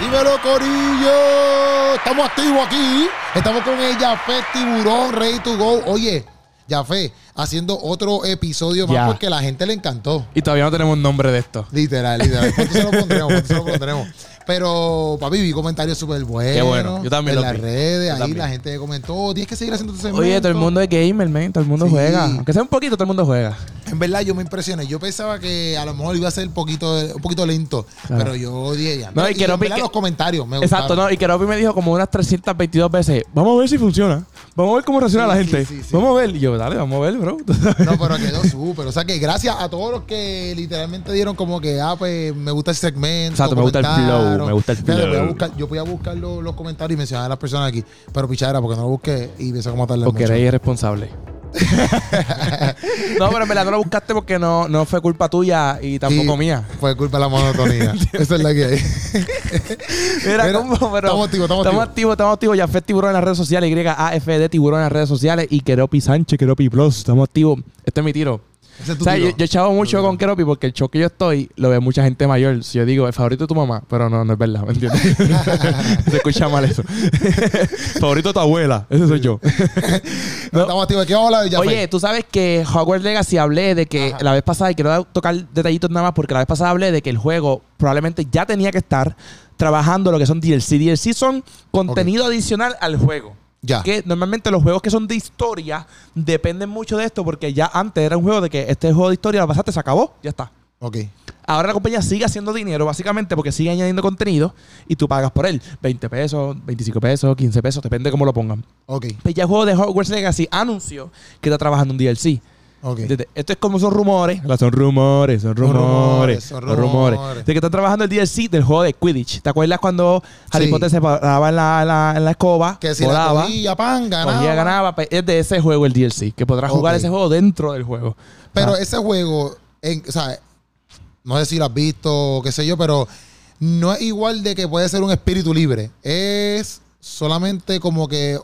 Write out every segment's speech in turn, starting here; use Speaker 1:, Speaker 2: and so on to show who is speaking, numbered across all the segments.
Speaker 1: Dímelo, Corillo. Estamos activos aquí. Estamos con el Jafé Tiburón, ready to go. Oye, Jafé, haciendo otro episodio más
Speaker 2: Ya.
Speaker 1: porque la gente le encantó.
Speaker 2: Y todavía no tenemos nombre de esto.
Speaker 1: Literal, literal. ¿Cuánto se lo pondremos? ¿Cuánto se lo pondremos? Pero, papi, vi comentarios súper buenos.
Speaker 2: Qué bueno. Yo también
Speaker 1: En
Speaker 2: los
Speaker 1: las
Speaker 2: vi.
Speaker 1: redes,
Speaker 2: Yo
Speaker 1: ahí
Speaker 2: también.
Speaker 1: la gente comentó. Tienes que seguir haciendo tu segmento.
Speaker 2: Oye, todo el mundo es gamer, man. Todo el mundo
Speaker 1: Sí.
Speaker 2: juega. Aunque sea un poquito, todo el mundo juega.
Speaker 1: En verdad, yo me impresioné. Yo pensaba que a lo mejor iba a ser poquito, un poquito lento.
Speaker 2: Claro.
Speaker 1: Pero yo dije ya.
Speaker 2: No, y que
Speaker 1: en
Speaker 2: no
Speaker 1: verdad
Speaker 2: pique-
Speaker 1: los comentarios me
Speaker 2: Exacto,
Speaker 1: gustaron.
Speaker 2: ¿no? Y Keropi me dijo como unas 322 veces, vamos a ver si funciona. Vamos a ver cómo reacciona
Speaker 1: Sí,
Speaker 2: la
Speaker 1: sí,
Speaker 2: gente.
Speaker 1: sí, sí.
Speaker 2: Vamos a ver. Y yo, dale, vamos a ver, bro.
Speaker 1: No, pero quedó súper. O sea que gracias a todos los que literalmente dieron como que, ah, pues me gusta el segmento.
Speaker 2: Exacto, me gusta el flow,
Speaker 1: comentaron.
Speaker 2: me gusta el
Speaker 1: Fíjate, voy a
Speaker 2: flow.
Speaker 1: buscar- yo voy a buscar los, los comentarios y mencionar a las personas aquí. Pero pichadera, porque no lo busqué y pensé cómo tal
Speaker 2: porque eres irresponsable. no, pero en verdad no lo buscaste porque no, no fue culpa tuya y tampoco mía.
Speaker 1: Fue culpa de la monotonía. Esa es la que hay.
Speaker 2: Mira,
Speaker 1: Mira,
Speaker 2: cómo, pero
Speaker 1: estamos activos, estamos activos.
Speaker 2: activos. Estamos activos, Yafet Tiburón en las redes sociales, YAFD Tiburón en las redes sociales y Keropi Sánchez, Keropi Plus. Estamos activos. Este es mi tiro.
Speaker 1: Ese es tu
Speaker 2: O sea,
Speaker 1: tiro.
Speaker 2: yo, yo chavo mucho con Keropi porque el show que yo estoy lo ve mucha gente mayor. Si yo digo, el favorito de tu mamá, pero no, no es verdad, ¿me entiendes? Se escucha mal eso. favorito de tu abuela, ese soy yo. no.
Speaker 1: Estamos activos. ¿De qué vamos a hablar? Ya
Speaker 2: Oye, tú sabes que Hogwarts Legacy hablé de que la vez pasada, y quiero dar- tocar detallitos nada más, porque la vez pasada hablé de que el juego probablemente ya tenía que estar trabajando lo que son DLC. DLC son contenido adicional al juego.
Speaker 1: Ya.
Speaker 2: Que normalmente los juegos que son de historia dependen mucho de esto, porque ya antes era un juego de que este juego de historia lo pasaste, se acabó, ya está.
Speaker 1: Ok.
Speaker 2: Ahora la compañía sigue haciendo dinero, básicamente, porque sigue añadiendo contenido y tú pagas por él. 20 pesos, 25 pesos, 15 pesos, depende cómo lo pongan.
Speaker 1: Ok.
Speaker 2: Pues ya el juego de Hogwarts Legacy anunció que está trabajando un DLC.
Speaker 1: Ok.
Speaker 2: ¿Entiendes? Esto es como son rumores. Ahora Son rumores, son rumores, son rumores. De que están trabajando el DLC del juego de Quidditch. ¿Te acuerdas cuando Harry
Speaker 1: Sí.
Speaker 2: Potter se paraba en la, la- en la escoba?
Speaker 1: Que si
Speaker 2: volaba,
Speaker 1: la cogía, pan, ganaba.
Speaker 2: cogía, ganaba. Pues es de ese juego el DLC. Que podrás jugar
Speaker 1: Ok.
Speaker 2: ese juego dentro del juego.
Speaker 1: Pero
Speaker 2: Ah,
Speaker 1: ese juego, en, o sea, no sé si lo has visto, o qué sé yo, pero no es igual de que puede ser un espíritu libre. Es solamente como que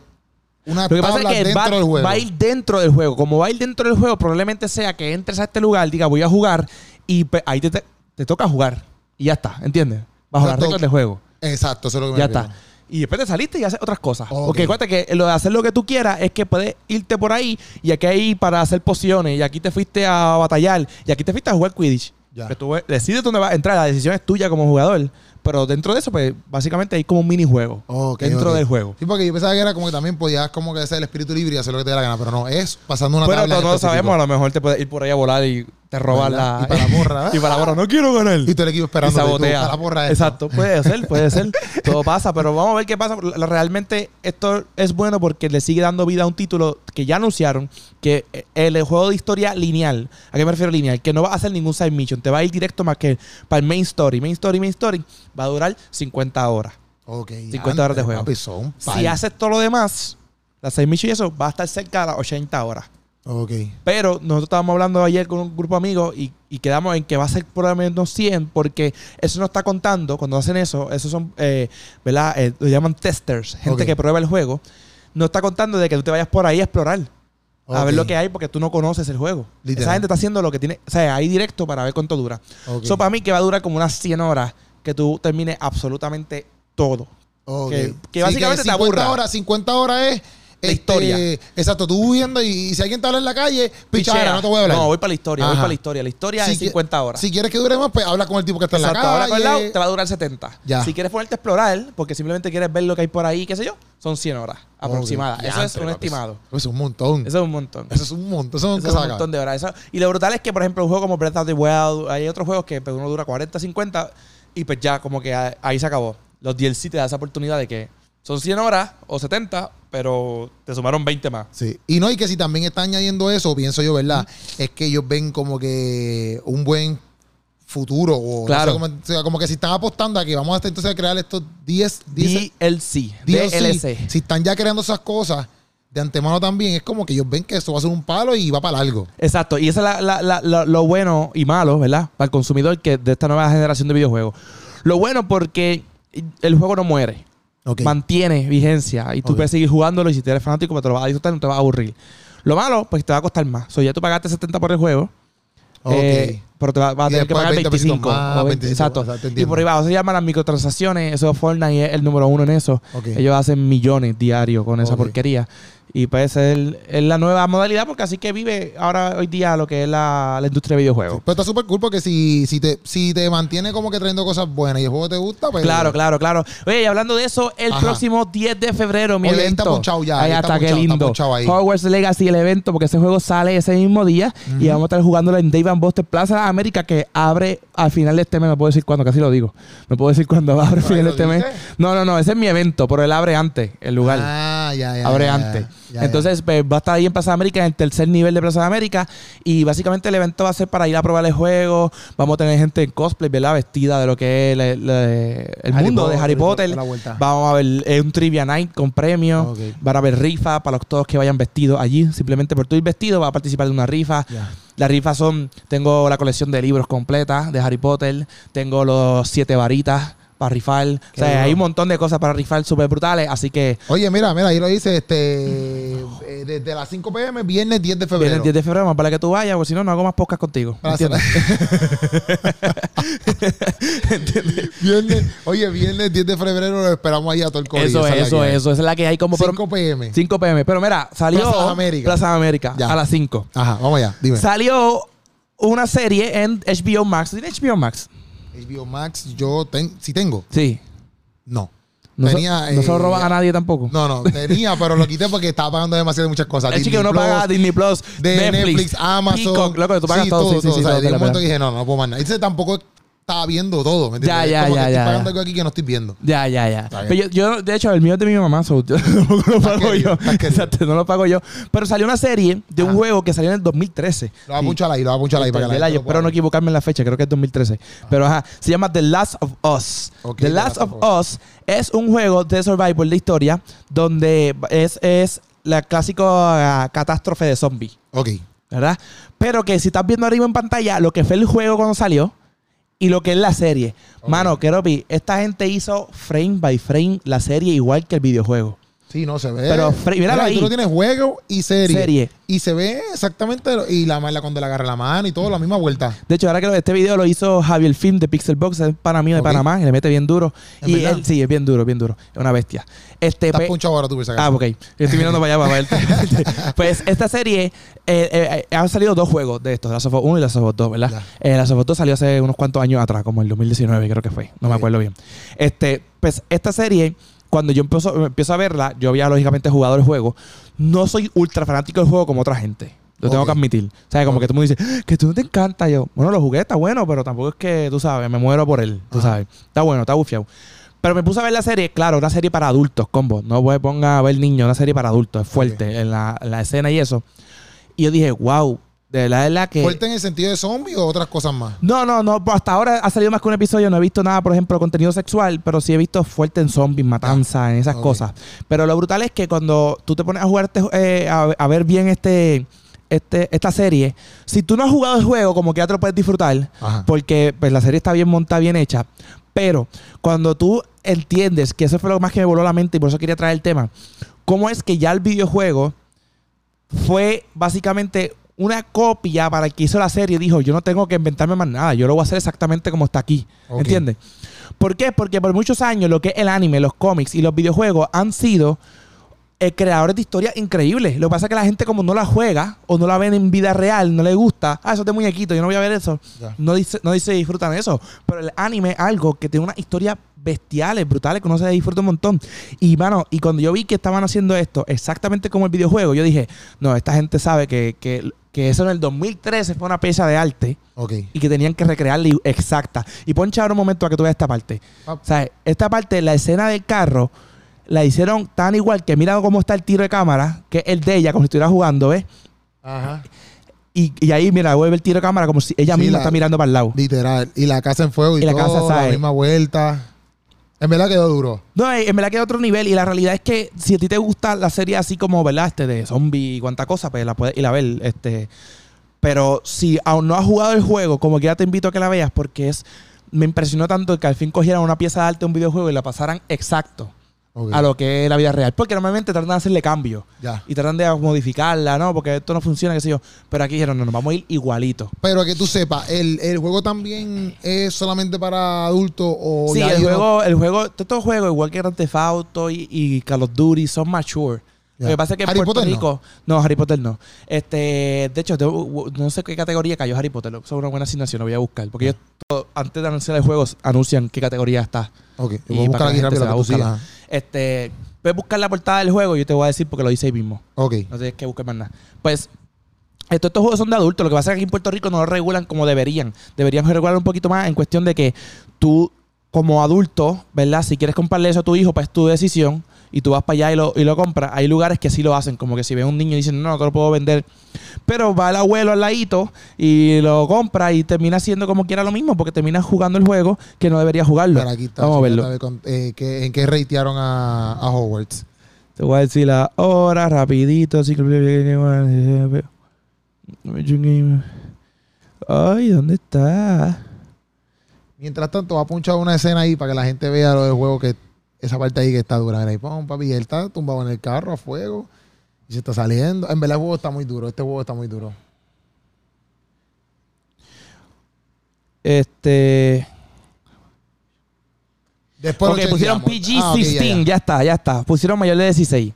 Speaker 1: una
Speaker 2: Lo que pasa es
Speaker 1: tabla
Speaker 2: que
Speaker 1: dentro
Speaker 2: va,
Speaker 1: del juego.
Speaker 2: va a ir dentro del juego. Como va a ir dentro del juego, probablemente sea que entres a este lugar, diga voy a jugar y pe- ahí te, te- te toca jugar. Y ya está, ¿entiendes? Bajo
Speaker 1: Te
Speaker 2: las reglas
Speaker 1: toca.
Speaker 2: del juego.
Speaker 1: Exacto, eso es lo que me
Speaker 2: ya
Speaker 1: refiero.
Speaker 2: está. Y después te saliste y haces otras cosas.
Speaker 1: Ok.
Speaker 2: Porque acuérdate que lo de hacer lo que tú quieras es que puedes irte por ahí y aquí hay para hacer pociones y aquí te fuiste a batallar y aquí te fuiste a jugar Quidditch.
Speaker 1: Ya.
Speaker 2: Pero tú decides dónde vas a entrar, la decisión es tuya como jugador. Pero dentro de eso, pues básicamente hay como un minijuego
Speaker 1: Ok,
Speaker 2: dentro
Speaker 1: ok.
Speaker 2: del juego.
Speaker 1: Sí, porque yo pensaba que era como que también podías como que hacer el espíritu libre y hacer lo que te dé la gana, pero no, es pasando una
Speaker 2: Pero
Speaker 1: tabla.
Speaker 2: todos
Speaker 1: en
Speaker 2: no
Speaker 1: específico.
Speaker 2: sabemos, a lo mejor te puedes ir por ahí a volar y te robar
Speaker 1: ¿Verdad?
Speaker 2: la.
Speaker 1: Y para la morra, ¿verdad?
Speaker 2: y para la morra, no quiero ganar.
Speaker 1: Y todo el equipo esperando.
Speaker 2: Y sabotea.
Speaker 1: la porra esta.
Speaker 2: Exacto, puede ser, puede ser. Todo pasa, pero vamos a ver qué pasa. La- Realmente esto es bueno porque le sigue dando vida a un título que ya anunciaron, que eh, el juego de historia lineal. ¿A qué me refiero lineal? Que no va a hacer ningún side mission, te va a ir directo más que para el main story. Main story, main story, va a durar 50 horas.
Speaker 1: Ok.
Speaker 2: 50 horas de juego.
Speaker 1: papi, son un par.
Speaker 2: Si haces todo lo demás, las side mission y eso, va a estar cerca de las 80 horas.
Speaker 1: Ok.
Speaker 2: Pero nosotros estábamos hablando ayer con un grupo de amigos y, y quedamos en que va a ser por lo menos 100 porque eso no está contando. Cuando hacen eso, esos son, eh, ¿verdad? Eh, lo llaman testers, gente
Speaker 1: Ok.
Speaker 2: que prueba el juego. No está contando de que tú te vayas por ahí a explorar, a
Speaker 1: Ok.
Speaker 2: ver lo que hay porque tú no conoces el juego.
Speaker 1: Literal.
Speaker 2: Esa gente está haciendo lo que tiene, o sea, ahí directo para ver cuánto dura.
Speaker 1: Ok.
Speaker 2: Eso para mí que va a durar como unas 100 horas que tú termines absolutamente todo.
Speaker 1: Ok.
Speaker 2: Que- que
Speaker 1: Sí,
Speaker 2: básicamente te
Speaker 1: 50
Speaker 2: aburra.
Speaker 1: horas, 50 horas es. este,
Speaker 2: historia.
Speaker 1: Exacto, tú viendo y, y si alguien te habla en la calle, pichara,
Speaker 2: Pichea.
Speaker 1: no te voy a hablar.
Speaker 2: No, voy para la historia, voy
Speaker 1: Ajá.
Speaker 2: para la historia. La historia
Speaker 1: Si
Speaker 2: en
Speaker 1: qui-
Speaker 2: 50 horas.
Speaker 1: Si quieres que dure más, pues habla con el tipo que está
Speaker 2: Exacto,
Speaker 1: en
Speaker 2: ahora
Speaker 1: la
Speaker 2: con el
Speaker 1: calle.
Speaker 2: lado te va a durar 70.
Speaker 1: Ya.
Speaker 2: Si quieres ponerte a explorar, porque simplemente quieres ver lo que hay por ahí, qué sé yo, son 100 horas aproximadas.
Speaker 1: Ok.
Speaker 2: Eso es
Speaker 1: Diantre,
Speaker 2: un
Speaker 1: papi,
Speaker 2: estimado.
Speaker 1: Eso es un montón.
Speaker 2: Eso es un montón.
Speaker 1: Eso es un montón. Eso
Speaker 2: Eso
Speaker 1: nunca
Speaker 2: es
Speaker 1: se
Speaker 2: un
Speaker 1: acaba.
Speaker 2: montón de horas. Eso- y lo brutal es que, por ejemplo, un juego como Breath of the Wild, hay otros juegos que pues, uno dura 40, 50 y pues ya como que a- ahí se acabó. Los DLC te da esa oportunidad de que son 100 horas o 70, pero te sumaron 20 más.
Speaker 1: Sí. Y no, y que si también está añadiendo eso, pienso yo, ¿verdad? Es que ellos ven como que un buen futuro. O no
Speaker 2: Claro.
Speaker 1: sé cómo- o sea, como que si están apostando a que vamos a entonces a crear estos 10, 10
Speaker 2: DLC.
Speaker 1: DLC,
Speaker 2: DLC.
Speaker 1: si están ya creando esas cosas de antemano también, es como que ellos ven que eso va a ser un palo y va para largo.
Speaker 2: Exacto, y eso es la- la- la- la- lo bueno y malo, ¿verdad? Para el consumidor que de esta nueva generación de videojuegos. Lo bueno porque el juego no muere,
Speaker 1: Ok.
Speaker 2: mantiene vigencia y tú
Speaker 1: Ok.
Speaker 2: puedes seguir jugándolo y si te eres fanático pues te lo vas a disfrutar, no te vas a aburrir. Lo malo, pues te va a costar más. O sea, ya tú pagaste 70 por el juego,
Speaker 1: Ok.
Speaker 2: Eh, pero te va, va a
Speaker 1: Y
Speaker 2: tener que
Speaker 1: después
Speaker 2: pagar
Speaker 1: 20 pesitos
Speaker 2: 25.
Speaker 1: más,
Speaker 2: o 20,
Speaker 1: 25,
Speaker 2: exacto.
Speaker 1: exacto,
Speaker 2: y
Speaker 1: entiendo.
Speaker 2: por ahí abajo se llaman las microtransacciones. Eso Fortnite es el número uno en eso.
Speaker 1: Ok.
Speaker 2: Ellos hacen millones diarios con esa
Speaker 1: Ok.
Speaker 2: porquería. Y pues es, el- es la nueva modalidad porque así que vive ahora hoy día lo que es la, la industria de videojuegos.
Speaker 1: Pero está súper cool porque si, si, te, si te mantiene como que trayendo cosas buenas y el juego te gusta, pues.
Speaker 2: Claro, claro, claro. Oye, y hablando de eso, el
Speaker 1: Ajá.
Speaker 2: próximo 10 de febrero, mi
Speaker 1: Oye, ahí
Speaker 2: evento.
Speaker 1: está ponchado ya,
Speaker 2: Ahí
Speaker 1: ahí está
Speaker 2: está, qué
Speaker 1: ponchado, está
Speaker 2: lindo.
Speaker 1: ponchado ahí.
Speaker 2: Hogwarts Legacy, el evento, porque ese juego sale ese mismo día y vamos a estar jugándolo en Dave and Buster Plaza de América, que abre al final de este mes. No puedo decir cuándo, casi lo digo. No puedo decir cuándo abre al final de
Speaker 1: ¿lo
Speaker 2: este mes.
Speaker 1: dices?
Speaker 2: No, no, no, ese es mi evento, pero él abre antes el lugar
Speaker 1: Ah, ya, ya.
Speaker 2: abre
Speaker 1: ya, ya,
Speaker 2: antes.
Speaker 1: ya, ya.
Speaker 2: Entonces, pues, va a estar ahí en Plaza de América, en el tercer nivel de Plaza de América. Y básicamente el evento va a ser para ir a probar el juego. Vamos a tener gente en cosplay, ¿verdad? Vestida de lo que es la- la- el
Speaker 1: Harry
Speaker 2: mundo de
Speaker 1: Potter,
Speaker 2: Harry Potter.
Speaker 1: da la vuelta.
Speaker 2: Vamos a ver eh, un trivia night con premios.
Speaker 1: Ok.
Speaker 2: Van a haber rifas para los todos que vayan vestidos allí. Simplemente por tu ir vestido, va a participar de una rifa.
Speaker 1: Ya.
Speaker 2: Las rifas son, tengo la colección de libros completa de Harry Potter, tengo los siete varitas para rifar, o
Speaker 1: Qué
Speaker 2: sea,
Speaker 1: duro.
Speaker 2: hay un montón de cosas para rifar súper brutales, así que
Speaker 1: Oye, mira, mira, ahí lo dice, este, eh, desde las 5 pm, viernes 10 de
Speaker 2: Viene el
Speaker 1: febrero.
Speaker 2: 10 de febrero, más para que tú vayas, porque si no, no hago más podcast contigo.
Speaker 1: Para hacer-
Speaker 2: ¿entiendes?
Speaker 1: Viernes, oye, viernes 10 de febrero lo esperamos ahí a todo el colegio.
Speaker 2: Eso, es, eso, es, eso. Esa es la que hay como... pero-
Speaker 1: 5 pm.
Speaker 2: 5 pm. Pero mira, salió...
Speaker 1: Plaza de América.
Speaker 2: Plaza de América,
Speaker 1: Ya.
Speaker 2: a las 5.
Speaker 1: Ajá, vamos allá, dime.
Speaker 2: Salió una serie en HBO Max. ¿Tiene HBO Max?
Speaker 1: HBO Max, yo ten, si tengo.
Speaker 2: Sí.
Speaker 1: No.
Speaker 2: No, se-
Speaker 1: Tenía,
Speaker 2: no se lo
Speaker 1: eh,
Speaker 2: roban a nadie tampoco.
Speaker 1: No, no, tenía, pero lo quité porque estaba pagando demasiado muchas cosas.
Speaker 2: Es que uno
Speaker 1: Plus,
Speaker 2: paga Disney Plus,
Speaker 1: de Netflix, Amazon.
Speaker 2: Peacock, loco, tú pagas
Speaker 1: sí,
Speaker 2: todo. sí, sí,
Speaker 1: todo,
Speaker 2: sí,
Speaker 1: o sea,
Speaker 2: todo,
Speaker 1: de un
Speaker 2: espera,
Speaker 1: momento
Speaker 2: espera.
Speaker 1: dije, no, no puedo más nada. Entonces tampoco estaba viendo todo, ¿me entiendes? Es
Speaker 2: Ya, ya,
Speaker 1: como que
Speaker 2: ya,
Speaker 1: estoy
Speaker 2: ya,
Speaker 1: pagando
Speaker 2: ya.
Speaker 1: algo aquí que no estoy viendo.
Speaker 2: Ya, ya, ya.
Speaker 1: Está
Speaker 2: Pero yo, yo, de hecho, el mío es de mi mamá, so, yo tampoco lo pago
Speaker 1: querido,
Speaker 2: yo.
Speaker 1: está querido.
Speaker 2: Exacto, no lo pago yo. Pero salió una serie de un
Speaker 1: Ajá.
Speaker 2: juego que salió en el 2013.
Speaker 1: Lo va a
Speaker 2: Sí.
Speaker 1: punchar ahí, lo va a punchar ahí para que
Speaker 2: Del
Speaker 1: la
Speaker 2: año,
Speaker 1: gente lo pueda
Speaker 2: espero no
Speaker 1: ver.
Speaker 2: equivocarme en la fecha, creo que es 2013. Pero ajá, se llama The Last of Us.
Speaker 1: Ok,
Speaker 2: The Last of Us es un juego de survival de historia donde es, es la clásica catástrofe de zombie,
Speaker 1: Ok.
Speaker 2: ¿verdad? Pero que si estás viendo arriba en pantalla lo que fue el juego cuando salió y lo que es la serie. Mano, Keropi, esta gente hizo frame by frame la serie igual que el videojuego.
Speaker 1: Sí, no se ve.
Speaker 2: Pero, Fre- míralo ahí.
Speaker 1: Tú no tienes juego y serie.
Speaker 2: Serie.
Speaker 1: Y se ve exactamente. lo- Y la mala cuando le agarra la mano y todo, la misma vuelta.
Speaker 2: De hecho, ahora que lo- este video lo hizo Javier Film de Pixel Box, es para mí de
Speaker 1: Ok.
Speaker 2: Panamá, y le mete bien duro.
Speaker 1: ¿Es
Speaker 2: Y
Speaker 1: verdad?
Speaker 2: él, sí, es bien duro, bien duro. Es una bestia. Este,
Speaker 1: Estás
Speaker 2: pe-
Speaker 1: punchado ahora tú, por si
Speaker 2: Ah,
Speaker 1: acaso.
Speaker 2: ok. Yo estoy mirando para allá para verte. pues esta serie, eh, eh, eh, han salido dos juegos de estos, Last of Us 1 y Last of Us 2, ¿verdad? Eh, Last of Us 2 salió hace unos cuantos años atrás, como el 2019 creo que fue, no me
Speaker 1: Ok.
Speaker 2: acuerdo bien. Este, pues esta serie, cuando yo empiezo, empiezo a verla, yo había lógicamente jugado el juego, no soy ultra fanático del juego como otra gente. Lo tengo
Speaker 1: Ok.
Speaker 2: que admitir. O sea, como que tú me dices, "Ah, que tú no te encanta. Yo, bueno, lo jugué, está bueno, pero tampoco es que, tú sabes, me muero por él. Tú
Speaker 1: Ajá.
Speaker 2: sabes. Está bueno, está bufiado. Pero me puse a ver la serie, claro, una serie para adultos, combo. No me ponga a ver niños, una serie para adultos, es fuerte en, la, en la escena y eso. Y yo dije, wow, de verdad es la que.
Speaker 1: ¿Fuerte en el sentido de zombie o otras cosas más?
Speaker 2: No, no, no, pues hasta ahora ha salido más que un episodio, no he visto nada, por ejemplo, contenido sexual, pero sí he visto fuerte en zombies, matanza, en esas
Speaker 1: ok.
Speaker 2: cosas. Pero lo brutal es que cuando tú te pones a jugar, este- eh, a, a ver bien este, este, esta serie, si tú no has jugado el juego, como que ya te lo puedes disfrutar,
Speaker 1: Ajá.
Speaker 2: porque pues, la serie está bien montada, bien hecha. Pero cuando tú entiendes que eso fue lo más que me voló la mente y por eso quería traer el tema, ¿cómo es que ya el videojuego fue básicamente una copia para el que hizo la serie? Dijo, yo no tengo que inventarme más nada, yo lo voy a hacer exactamente como está aquí.
Speaker 1: Ok.
Speaker 2: ¿Entiendes? ¿Por qué? Porque por muchos años lo que es el anime, los cómics y los videojuegos han sido eh, creadores de historias increíbles. Lo que pasa es que la gente como no la juega o no la ven en vida real, no le gusta, ah, eso es de muñequito, yo no voy a ver eso.
Speaker 1: Ya.
Speaker 2: No dice, no dice disfrutan eso. Pero el anime es algo que tiene unas historias bestiales, brutales, que uno se disfruta un montón. Y, mano, y cuando yo vi que estaban haciendo esto exactamente como el videojuego, yo dije, no, esta gente sabe que, que, que eso en el 2013 fue una pieza de arte
Speaker 1: Ok.
Speaker 2: y que tenían que recrearla y- exacta. Y poncha ahora un momento a que tú veas esta parte.
Speaker 1: Ah.
Speaker 2: O sea, esta parte, la escena del carro, la hicieron tan igual que mira cómo está el tiro de cámara, que es el de ella, como si estuviera jugando, ¿ves?
Speaker 1: Ajá.
Speaker 2: Y, y ahí, mira, vuelve el tiro de cámara como si ella
Speaker 1: Sí,
Speaker 2: misma
Speaker 1: la-
Speaker 2: está mirando para el lado.
Speaker 1: Literal. Y la casa en fuego y,
Speaker 2: Y la
Speaker 1: todo,
Speaker 2: casa, ¿sabes?
Speaker 1: la misma vuelta. En verdad quedó duro.
Speaker 2: No, eh, en verdad que es otro nivel. Y la realidad es que si a ti te gusta la serie así como, ¿verdad? Este de zombie y cuánta cosa, pues la puedes ir a ver. Este. Pero si aún no has jugado el juego, como que ya te invito a que la veas, porque es. Me impresionó tanto que al fin cogieran una pieza de arte de un videojuego y la pasaran exacto
Speaker 1: Ok.
Speaker 2: a lo que es la vida real. Porque normalmente tratan de hacerle cambios
Speaker 1: Ya.
Speaker 2: y tratan de modificarla, ¿no? Porque esto no funciona, qué sé yo. Pero aquí dijeron, no, nos vamos a ir igualito.
Speaker 1: Pero que tú sepas, ¿el, el juego también es solamente para adultos o
Speaker 2: Sí,
Speaker 1: ya
Speaker 2: el
Speaker 1: hay uno-
Speaker 2: juego, el juego, todos estos juegos, igual que Grand Theft Auto y, y Call of Duty, son mature.
Speaker 1: Ya.
Speaker 2: Lo que pasa es que en
Speaker 1: Harry
Speaker 2: Puerto
Speaker 1: Potter no.
Speaker 2: Rico. No. Harry Potter no. Este, de hecho, de- no sé qué categoría cayó Harry Potter. Eso es una buena asignación, lo voy a buscar. Porque ellos, to- antes de anunciar el juego, anuncian qué categoría está.
Speaker 1: Ok,
Speaker 2: Y
Speaker 1: voy a buscar
Speaker 2: para que
Speaker 1: aquí
Speaker 2: la
Speaker 1: rápido
Speaker 2: gente se
Speaker 1: la
Speaker 2: va
Speaker 1: que
Speaker 2: a
Speaker 1: tú
Speaker 2: buscarla.
Speaker 1: sigas.
Speaker 2: Este, voy a buscar la portada del juego y yo te voy a decir porque lo dice ahí mismo.
Speaker 1: Ok.
Speaker 2: No tienes que buscar más nada. Pues, esto- estos juegos son de adultos. Lo que pasa es que aquí en Puerto Rico no lo regulan como deberían. Deberían regular un poquito más en cuestión de que tú, como adulto, ¿verdad? Si quieres comprarle eso a tu hijo, pues es tu decisión. Y tú vas para allá y lo, y lo compras. Hay lugares que sí lo hacen. Como que si ves un niño y dicen, no, no te lo puedo vender. Pero va el abuelo al ladito y lo compra y termina haciendo como quiera lo mismo. Porque termina jugando el juego que no debería jugarlo.
Speaker 1: Pero aquí está,
Speaker 2: Vamos a
Speaker 1: sí,
Speaker 2: verlo.
Speaker 1: ya está, con- eh, que- ¿En qué ratearon a, a Hogwarts?
Speaker 2: Te voy a decir la hora rapidito, así que... Ay, ¿dónde está?
Speaker 1: Mientras tanto, va a punchar una escena ahí para que la gente vea lo del juego que esa parte ahí que está dura. Mira, ahí, pum, papi, y él está tumbado en el carro a fuego y se está saliendo. En verdad, el juego está muy duro. Este juego está muy duro.
Speaker 2: Este...
Speaker 1: Después lo
Speaker 2: ok, pusieron PG-16,
Speaker 1: chequeamos. Ah, ok, ya,
Speaker 2: ya, está, ya está. Pusieron mayor de 16.
Speaker 1: ya.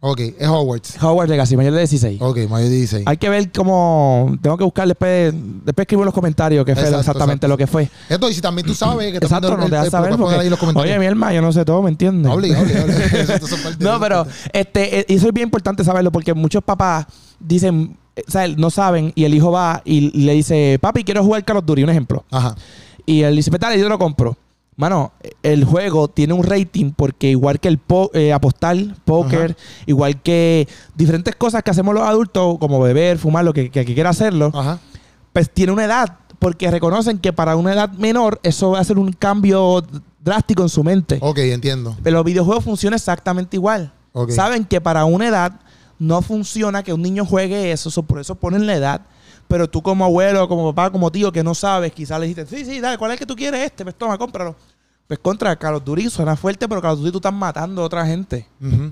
Speaker 1: ok, es Hogwarts.
Speaker 2: Howard Legacy, mayor de 16.
Speaker 1: Ok, mayor de 16.
Speaker 2: Hay que ver cómo... Tengo que buscar después... Después escribo en los comentarios qué fue
Speaker 1: Exacto,
Speaker 2: exactamente
Speaker 1: exacto.
Speaker 2: lo que fue.
Speaker 1: Esto, y si también tú sabes que
Speaker 2: Exacto,
Speaker 1: también
Speaker 2: no te vas a saber
Speaker 1: puedes poner
Speaker 2: porque-
Speaker 1: ahí los comentarios.
Speaker 2: Oye, mi hermano, yo no sé todo, ¿me entiendes?
Speaker 1: Hable, hable, hable. Eso son parte de-
Speaker 2: No, pero este, eh, y eso es bien importante saberlo porque muchos papás dicen, eh, o sea, no saben y el hijo va y le dice, papi, quiero jugar Call of Duty, un ejemplo.
Speaker 1: Ajá.
Speaker 2: Y él dice, "Pues dale, yo lo compro. Mano, el juego tiene un rating porque igual que el po- eh, apostar, póker, igual que diferentes cosas que hacemos los adultos, como beber, fumar, lo que, que, que quiera hacerlo,
Speaker 1: Ajá.
Speaker 2: pues tiene una edad porque reconocen que para una edad menor eso va a ser un cambio drástico en su mente.
Speaker 1: Ok, entiendo.
Speaker 2: Pero los videojuegos funcionan exactamente igual.
Speaker 1: Ok.
Speaker 2: Saben que para una edad no funciona que un niño juegue eso, so- por eso ponen la edad. Pero tú como abuelo, como papá, como tío que no sabes, quizás le dijiste, sí, sí, dale, ¿cuál es el que tú quieres este? Pues toma, cómpralo. Pues contra Call of Duty suena fuerte, pero Call of Duty tú estás matando a otra gente,
Speaker 1: Ujú.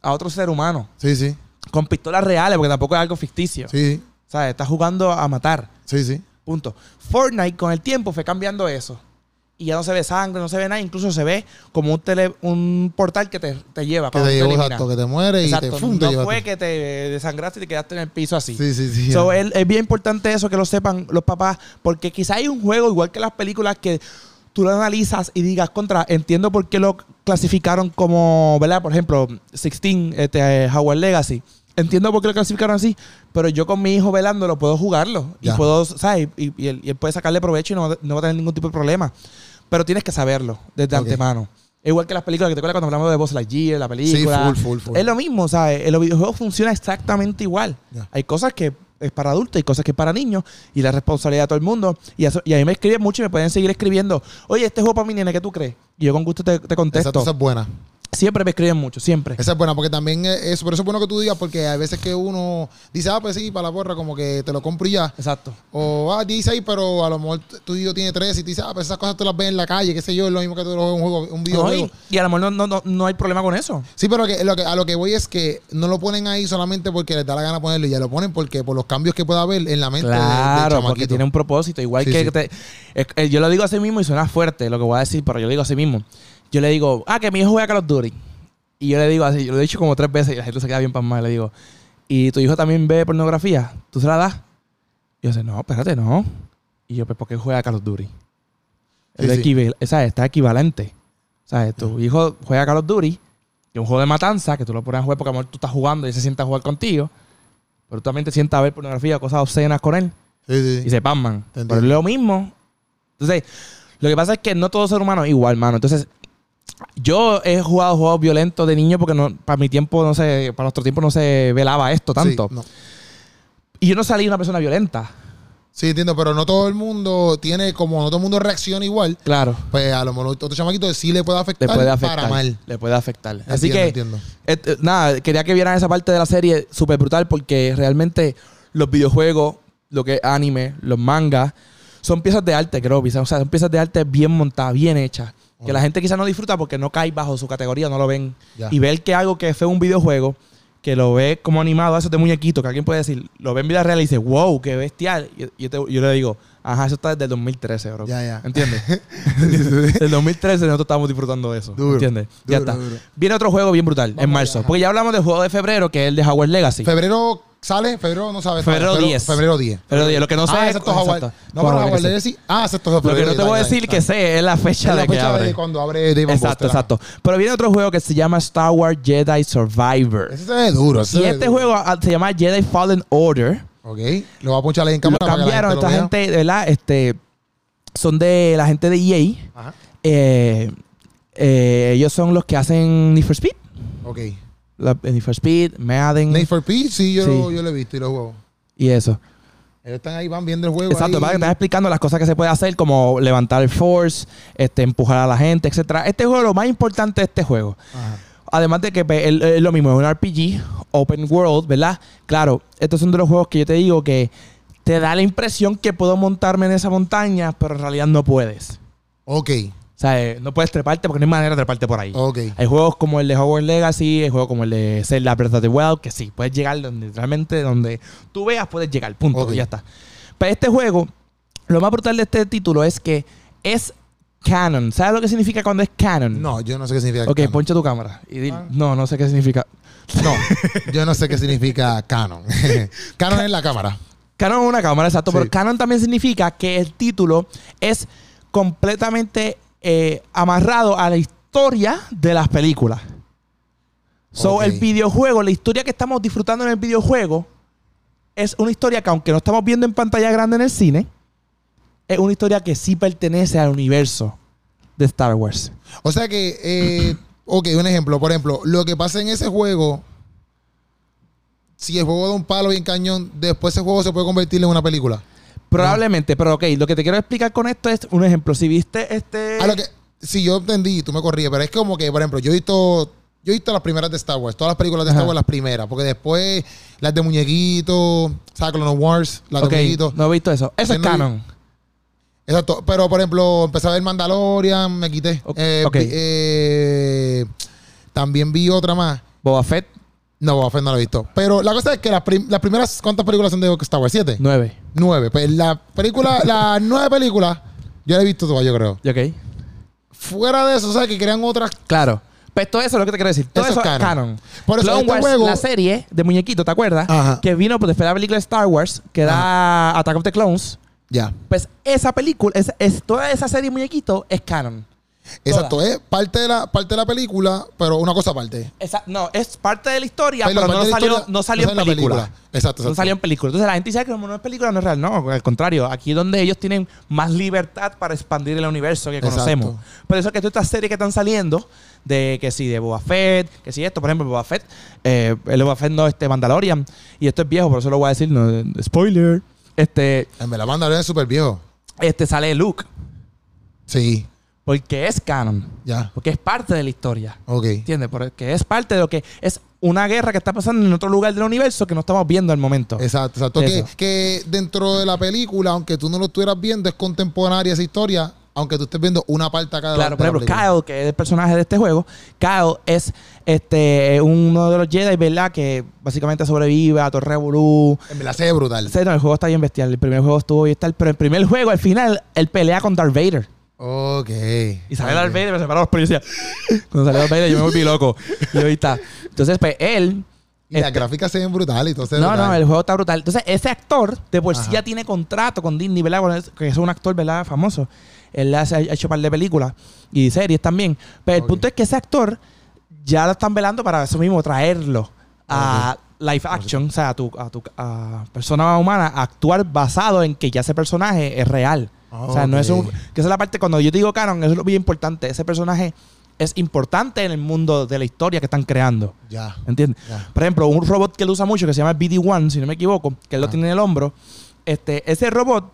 Speaker 2: a otro ser humano,
Speaker 1: Sí, sí.
Speaker 2: con pistolas reales, porque tampoco es algo ficticio.
Speaker 1: Sí,
Speaker 2: ¿Sabes? Estás jugando a matar.
Speaker 1: sí, sí.
Speaker 2: Punto. Fortnite con el tiempo fue cambiando eso. Y ya no se ve sangre, no se ve nada. Incluso se ve como un, tele, un portal que te, te lleva.
Speaker 1: Que
Speaker 2: para
Speaker 1: te
Speaker 2: donde
Speaker 1: llevas
Speaker 2: eliminar.
Speaker 1: exacto, que te mueres y
Speaker 2: Exacto.
Speaker 1: te fum, te
Speaker 2: no
Speaker 1: llevas
Speaker 2: fue
Speaker 1: tú.
Speaker 2: que te desangraste y te quedaste en el piso así.
Speaker 1: Sí, sí, sí.
Speaker 2: So, eh,
Speaker 1: ya.
Speaker 2: es, es bien importante eso que lo sepan los papás, porque quizá hay un juego, igual que las películas, que tú lo analizas y digas, contra, entiendo por qué lo clasificaron como, ¿verdad? Por ejemplo, 16, este, eh, Howard Legacy. Entiendo por qué lo clasificaron así, pero yo con mi hijo velándolo puedo jugarlo.
Speaker 1: Ya.
Speaker 2: Y puedo, ¿sabes? Y, y él, y él puede sacarle provecho y no, va- no va a tener ningún tipo de problema. Pero tienes que saberlo desde
Speaker 1: Ok.
Speaker 2: antemano. Igual que las películas que te acuerdas cuando hablamos de Buzz Lightyear, la película.
Speaker 1: full, full, full.
Speaker 2: Es lo mismo, ¿sabes? En Los videojuegos funciona exactamente igual.
Speaker 1: Ya.
Speaker 2: Hay cosas que es para adultos, hay cosas que es para niños y la responsabilidad de todo el mundo. Y, eso- y a mí me escriben mucho y me pueden seguir escribiendo. Oye, este juego para mi nene, ¿qué tú crees? Y yo con gusto te, te contesto.
Speaker 1: Exacto, esa es buena.
Speaker 2: Siempre me escriben mucho, siempre.
Speaker 1: Esa es buena, porque también es, es- por eso es bueno que tú digas, porque hay veces que uno dice, ah, pues sí, para la porra, como que te lo compro y ya.
Speaker 2: Exacto.
Speaker 1: O, ah, 16, pero a lo mejor tu hijo tiene 13 y te dice, ah, pues esas cosas tú las ves en la calle, qué sé yo, es lo mismo que tú lo ves en un, juego, un
Speaker 2: No,
Speaker 1: videojuego.
Speaker 2: y, y a lo mejor no, no, no, no hay problema con eso.
Speaker 1: Sí, pero que- lo que- a lo que voy es que no lo ponen ahí solamente porque les da la gana ponerlo y ya lo ponen porque por los cambios que pueda haber en la mente de- del
Speaker 2: Claro, porque
Speaker 1: chamaquito.
Speaker 2: tiene un propósito. Igual
Speaker 1: Sí,
Speaker 2: que
Speaker 1: sí.
Speaker 2: te- es- eh, yo lo digo así mismo y suena fuerte lo que voy a decir, pero yo lo digo así mismo. Yo le digo, ah, que mi hijo juega Call of Duty. Y yo le digo así, yo lo he dicho como tres veces y la gente se queda bien pasmada. Le digo, ¿y tu hijo también ve pornografía? ¿Tú se la das? Y yo dice, no, espérate, no. Y yo, pues, ¿por qué juega Call of Duty? Es
Speaker 1: Sí, sí.
Speaker 2: equival- ¿sabes? Está equivalente. ¿Sabes? Tu hijo juega Call of Duty, que es un juego de matanza, que tú lo pones a jugar porque a lo mejor tú estás jugando y él se sienta a jugar contigo, pero tú también te sientas a ver pornografía, cosas obscenas con él
Speaker 1: Sí, sí,
Speaker 2: y
Speaker 1: sí.
Speaker 2: se pasman.
Speaker 1: Te entiendo.
Speaker 2: Pero es lo mismo. Entonces, lo que pasa es que no todo ser humano es igual, mano. Entonces, yo he jugado juegos violentos de niño porque no, para mi tiempo, no sé, para nuestro tiempo no se velaba esto tanto.
Speaker 1: Sí, no.
Speaker 2: Y yo no salí una persona violenta.
Speaker 1: Sí, entiendo, pero no todo el mundo tiene, como no todo el mundo reacciona igual,
Speaker 2: Claro.
Speaker 1: pues a lo mejor otro chamaquito sí le puede afectar,
Speaker 2: Le puede afectar.
Speaker 1: para mal.
Speaker 2: Le puede afectar. Así
Speaker 1: Entiendo,
Speaker 2: que,
Speaker 1: entiendo.
Speaker 2: eh, eh, nada, quería que vieran esa parte de la serie súper brutal porque realmente los videojuegos, lo que es anime, los mangas, son piezas de arte, creo, quizás. O sea, son piezas de arte bien montadas, bien hechas. Que la gente quizás no disfruta porque no cae bajo su categoría, no lo ven.
Speaker 1: Ya.
Speaker 2: Y ver que algo que fue un videojuego, que lo ve como animado, eso de muñequito, que alguien puede decir, lo ve en vida real y dice, wow, qué bestial. Y yo, te- yo le digo, ajá, eso está desde el 2013, bro.
Speaker 1: Ya, ya.
Speaker 2: ¿Entiendes? desde el 2013 nosotros estamos disfrutando de eso.
Speaker 1: Duro,
Speaker 2: ¿Entiendes? ya
Speaker 1: duro,
Speaker 2: está.
Speaker 1: duro.
Speaker 2: Viene otro juego bien brutal en
Speaker 1: Vamos
Speaker 2: marzo.
Speaker 1: allá, ajá.
Speaker 2: porque ya hablamos del juego de febrero, que es el de Howard Legacy.
Speaker 1: Febrero sale, febrero no sabes.
Speaker 2: Febrero 10.
Speaker 1: Febrero 10.
Speaker 2: Pero oye, lo que no sé
Speaker 1: ah,
Speaker 2: es
Speaker 1: excepto Howard.
Speaker 2: exacto.
Speaker 1: No, pero
Speaker 2: Howard
Speaker 1: Howard
Speaker 2: Legacy.
Speaker 1: Legacy. Ah, excepto
Speaker 2: Lo que no te voy a decir que sé es la fecha
Speaker 1: es
Speaker 2: de
Speaker 1: la
Speaker 2: que
Speaker 1: fecha
Speaker 2: abre.
Speaker 1: de cuando abre Dave
Speaker 2: Exacto, exacto. Pero viene otro juego que se llama Star Wars Jedi Survivor.
Speaker 1: Ese se ve duro. ese
Speaker 2: Y
Speaker 1: se ve
Speaker 2: este
Speaker 1: duro.
Speaker 2: juego ah, se llama Jedi Fallen Order.
Speaker 1: Ok. Lo voy a punchar ahí en cámara.
Speaker 2: Lo
Speaker 1: para que la
Speaker 2: cambiaron.
Speaker 1: gente lo
Speaker 2: Esta
Speaker 1: vea.
Speaker 2: gente, de ¿verdad? Este, son de la gente de EA.
Speaker 1: Ajá.
Speaker 2: Eh, eh, ellos son los que hacen Need for Speed.
Speaker 1: Ok.
Speaker 2: La- eh, Need for Speed, Madden
Speaker 1: Need for Speed, sí, yo,
Speaker 2: Mm. Sí.
Speaker 1: Lo, yo lo he visto y lo juego.
Speaker 2: y eso.
Speaker 1: Ellos están ahí, van viendo el juego.
Speaker 2: Exacto,
Speaker 1: ahí.
Speaker 2: para que estás explicando las cosas que se puede hacer, como levantar el force, este, empujar a la gente, etcétera. Este juego, lo más importante de este juego,
Speaker 1: Ajá.
Speaker 2: Además de que pues, es es lo mismo, es un RPG, open world, ¿verdad? Claro, estos son de los juegos que yo te digo que te da la impresión que puedo montarme en esa montaña, pero en realidad no puedes.
Speaker 1: Ok.
Speaker 2: O sea, eh, no puedes treparte porque no hay manera de treparte por ahí.
Speaker 1: Ok.
Speaker 2: Hay juegos como el de Hogwarts Legacy, hay juegos como el de Zelda Breath of the Wild, que sí, puedes llegar donde realmente donde tú veas puedes llegar, punto,
Speaker 1: Ok.
Speaker 2: y ya está. Pero este juego, lo más brutal de este título es que es canon. ¿Sabes lo que significa cuando es canon?
Speaker 1: No, yo no sé qué significa
Speaker 2: Ok,
Speaker 1: canon.
Speaker 2: poncha tu cámara. Y di-
Speaker 1: Ah.
Speaker 2: No, no sé qué significa.
Speaker 1: No, yo no sé qué significa canon. canon es la cámara.
Speaker 2: Canon es una cámara, exacto.
Speaker 1: Sí.
Speaker 2: Pero canon también significa que el título es completamente eh, amarrado a la historia de las películas. So,
Speaker 1: Ok.
Speaker 2: el videojuego, la historia que estamos disfrutando en el videojuego, es una historia que, aunque no estamos viendo en pantalla grande en el cine, es una historia que sí pertenece al universo de Star Wars.
Speaker 1: O sea que, eh, ok, un ejemplo. Por ejemplo, lo que pasa en ese juego, si el juego da un palo y un cañón, después ese juego se puede convertir en una película.
Speaker 2: Probablemente, pero ok, lo que te quiero explicar con esto es un ejemplo. Si viste este.
Speaker 1: A Ah, lo que, si yo entendí, tú me corrías, pero es como que, por ejemplo, yo he visto, yo he visto las primeras de Star Wars, todas las películas de Star
Speaker 2: Ajá.
Speaker 1: Wars, las primeras, porque después las de muñequitos, ¿sabes? Clone Wars, las
Speaker 2: Ok,
Speaker 1: de muñequitos.
Speaker 2: no he visto eso. Eso es
Speaker 1: Yo no vi-
Speaker 2: canon.
Speaker 1: Exacto, pero por ejemplo, empecé a ver Mandalorian, me quité.
Speaker 2: Ok.
Speaker 1: Eh,
Speaker 2: Ok.
Speaker 1: vi- eh, también vi otra más.
Speaker 2: Boba Fett,
Speaker 1: No, Boba Fett no lo he visto. Pero la cosa es que las, prim- las primeras, ¿cuántas películas son de Star Wars? ¿Siete?
Speaker 2: 9.
Speaker 1: Nueve. Pues las películas, las nueve películas, yo las he visto todas, yo creo.
Speaker 2: ¿Y ok?
Speaker 1: Fuera de eso, ¿sabes? Que crean otras.
Speaker 2: Claro. Pues todo eso es lo que te quiero decir. Todo
Speaker 1: Eso
Speaker 2: eso,
Speaker 1: es
Speaker 2: es canon.
Speaker 1: canon. Por eso
Speaker 2: Clone
Speaker 1: este
Speaker 2: Wars,
Speaker 1: juego-
Speaker 2: la serie de muñequito, ¿te acuerdas?
Speaker 1: Ajá.
Speaker 2: Que vino pues, después de la película de Star Wars, que da Attack of the Clones.
Speaker 1: Ya.
Speaker 2: Pues esa película, es, es- toda esa serie de muñequito es canon.
Speaker 1: Exacto, es parte de, la, parte de la película, pero una cosa aparte.
Speaker 2: Esa- no, es parte de la historia,
Speaker 1: Pero
Speaker 2: pero,
Speaker 1: parte
Speaker 2: no,
Speaker 1: de la
Speaker 2: salió,
Speaker 1: historia
Speaker 2: no salió en
Speaker 1: la
Speaker 2: película.
Speaker 1: Exacto,
Speaker 2: No
Speaker 1: exacto.
Speaker 2: salió en película. Entonces la gente dice que como no es película, no es real. No, al contrario. Aquí es donde ellos tienen más libertad para expandir el universo que
Speaker 1: Exacto.
Speaker 2: conocemos. Por eso es que todas estas series que están saliendo, de que si de Boba Fett, que si esto, por ejemplo, Boba Fett, eh, el Boba Fett no este Mandalorian, y esto es viejo, por eso lo voy a decir, no, spoiler. Este,
Speaker 1: En verdad, Mandalorian es súper viejo.
Speaker 2: este sale Luke,
Speaker 1: Sí,
Speaker 2: porque es canon,
Speaker 1: ya.
Speaker 2: porque es parte de la historia.
Speaker 1: Ok.
Speaker 2: ¿Entiendes? Porque es parte de lo que es una guerra que está pasando en otro lugar del universo que no estamos viendo al momento.
Speaker 1: Exacto, exacto. Que,
Speaker 2: Eso.
Speaker 1: que dentro de la película, aunque tú no lo estuvieras viendo, es contemporánea esa historia, aunque tú estés viendo una parte acá de la-
Speaker 2: Claro, por
Speaker 1: de la
Speaker 2: ejemplo,
Speaker 1: película.
Speaker 2: Kyle, que es el personaje de este juego, Kyle es este uno de los Jedi, ¿verdad? Que básicamente sobrevive a Torre Bulú.
Speaker 1: En verdad, se ve brutal.
Speaker 2: Sí, no, el juego está bien bestial. El primer juego estuvo bien tal, pero el primer juego, al final, él pelea con Darth Vader.
Speaker 1: Ok.
Speaker 2: Y sale Darth Vader, me separan los policías. Cuando salió Darth Vader, yo me volví loco. Y ahí está. Entonces, pues él.
Speaker 1: Y las gráficas se ven brutales. Entonces,
Speaker 2: este- No, no, el juego está brutal. Entonces, ese actor de por sí
Speaker 1: Ajá.
Speaker 2: ya tiene contrato con Disney, ¿verdad? Con es- Que es un actor, ¿verdad? Famoso. Él hace- ha hecho un par de películas y series también. Pero el
Speaker 1: Ok.
Speaker 2: punto es que ese actor ya lo están velando para eso mismo, traerlo a live action, o sea, a tu, a tu a persona humana, a actuar basado en que ya ese personaje es real. O sea, no es un.
Speaker 1: Ah, Ok.
Speaker 2: Que esa es la parte cuando yo te digo canon, eso es lo bien importante. Ese personaje es importante en el mundo de la historia que están creando.
Speaker 1: Ya.
Speaker 2: ¿Entiendes?
Speaker 1: ya.
Speaker 2: Por ejemplo, un robot que él usa mucho que se llama BD-1, si no me equivoco, que él lo
Speaker 1: Ah.
Speaker 2: tiene en el hombro. Este, ese robot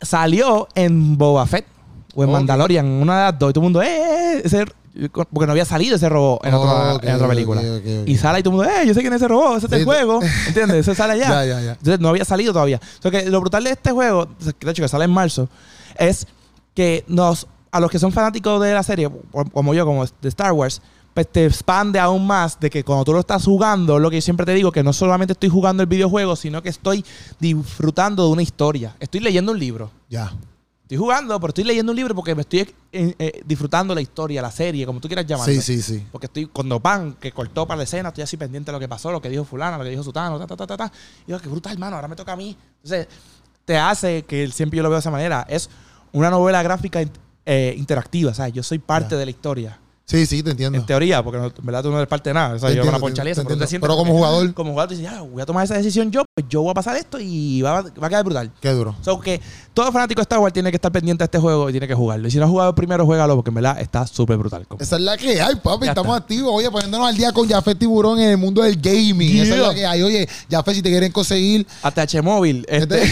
Speaker 2: salió en Boba Fett o en
Speaker 1: Ok.
Speaker 2: Mandalorian, en una de las dos. Y todo el mundo, ¡eh! eh, ese, ese- porque no había salido ese robot en, otra,
Speaker 1: Ok,
Speaker 2: en otra
Speaker 1: ok,
Speaker 2: película.
Speaker 1: ok, ok.
Speaker 2: Y sale y todo el mundo, ¡eh! Yo sé quién es ese robot, ese es
Speaker 1: Sí,
Speaker 2: el
Speaker 1: tú-
Speaker 2: juego. ¿Entiendes? Ese sale allá.
Speaker 1: Ya, ya, ya.
Speaker 2: Entonces no había salido todavía. Entonces, que lo brutal de este juego, que de hecho que sale en marzo, es que nos, a los que son fanáticos de la serie, o- como yo, como de Star Wars, pues te expande aún más de que cuando tú lo estás jugando, lo que yo siempre te digo, que no solamente estoy jugando el videojuego, sino que estoy disfrutando de una historia. Estoy leyendo un libro.
Speaker 1: Ya.
Speaker 2: Estoy jugando, pero estoy leyendo un libro porque me estoy eh, eh, disfrutando la historia, la serie, como tú quieras llamarlo.
Speaker 1: Sí, sí, sí.
Speaker 2: Porque estoy cuando pan, que cortó para la escena, estoy así pendiente de lo que pasó, lo que dijo fulano, lo que dijo sutano, ta, ta, ta, ta, ta. Y yo, qué brutal, hermano, ahora me toca a mí. Entonces, te hace que siempre yo lo veo de esa manera. Es una novela gráfica in- eh, interactiva, ¿sabes? Yo soy parte
Speaker 1: Ya.
Speaker 2: de la historia.
Speaker 1: Sí, sí, te entiendo.
Speaker 2: En teoría, porque no- en verdad tú no eres parte de nada. O sea,
Speaker 1: Te
Speaker 2: yo con
Speaker 1: entiendo,
Speaker 2: la
Speaker 1: te-
Speaker 2: ponchalía,
Speaker 1: te
Speaker 2: pero tú te
Speaker 1: entiendo.
Speaker 2: sientes
Speaker 1: Pero como
Speaker 2: que-
Speaker 1: jugador-
Speaker 2: Como jugador, tú dices, "Ah, voy a tomar esa decisión yo, pues yo voy a pasar esto y va, a- va a quedar brutal.
Speaker 1: Qué duro.
Speaker 2: So que todo fanático de Star Wars tiene que estar pendiente de este juego y tiene que jugarlo. Y si no has jugado primero, juégalo, porque en verdad está súper brutal. Como-
Speaker 1: Esa es la que hay, papi.
Speaker 2: Ya
Speaker 1: Estamos activos. Oye, poniéndonos al día con Jafet Tiburón en el mundo del gaming. Esa es
Speaker 2: Yeah.
Speaker 1: la que hay. Oye, Jafet, si te quieren conseguir.
Speaker 2: ATH móvil. Este.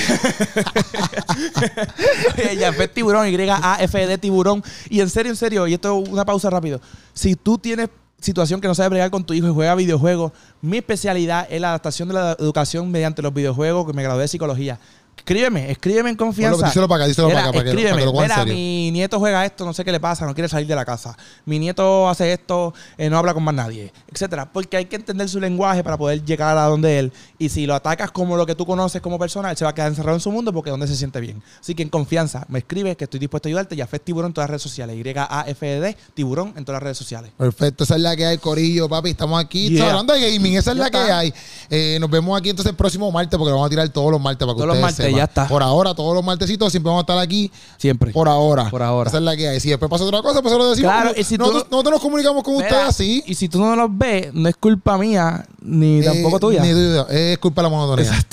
Speaker 2: Yafet Tiburón, Y-A-F-D Tiburón. Y en serio, en serio, y esto es una pausa rápido. Si tú tienes situación que no sabes bregar con tu hijo y juega videojuegos, mi especialidad es la adaptación de la educación mediante los videojuegos, que me gradué de psicología. Escríbeme, escríbeme en confianza.
Speaker 1: Bueno, díselo para acá, díselo
Speaker 2: Mira,
Speaker 1: para acá, para que, para que
Speaker 2: escríbeme,
Speaker 1: lo cojan en
Speaker 2: mira,
Speaker 1: serio.
Speaker 2: mi nieto juega esto, no sé qué le pasa, no quiere salir de la casa. Mi nieto hace esto, eh, no habla con más nadie, etcétera. Porque hay que entender su lenguaje para poder llegar a donde él. Y si lo atacas como lo que tú conoces como persona, él se va a quedar encerrado en su mundo porque es donde se siente bien. Así que en confianza, me escribes que estoy dispuesto a ayudarte. Y Afed Tiburón en todas las redes sociales. Y-A-F-E-D, Tiburón en todas las redes sociales.
Speaker 1: Perfecto, esa es la que hay, Corillo, papi. Estamos aquí
Speaker 2: Yeah.
Speaker 1: hablando de gaming, esa es
Speaker 2: Ya
Speaker 1: la que
Speaker 2: está.
Speaker 1: hay. Eh, nos vemos aquí entonces el próximo martes, porque lo vamos a tirar todos los martes para que
Speaker 2: Todos los
Speaker 1: ustedes
Speaker 2: martes,
Speaker 1: sepan.
Speaker 2: ya está.
Speaker 1: Por ahora, todos los martesitos siempre vamos a estar aquí
Speaker 2: Siempre.
Speaker 1: por ahora.
Speaker 2: Por ahora.
Speaker 1: Esa es la que hay. Si después pasa otra cosa, pues se lo decimos.
Speaker 2: Claro,
Speaker 1: Como-
Speaker 2: y si tú-
Speaker 1: nosotros, nosotros nos comunicamos con
Speaker 2: Mira,
Speaker 1: ustedes así.
Speaker 2: Y si tú no los ves, no es culpa mía ni
Speaker 1: Eh,
Speaker 2: tampoco tuya.
Speaker 1: ni tuya. Es culpa de la monotonía.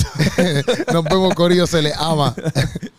Speaker 1: Nos vemos, Corillo, se les ama.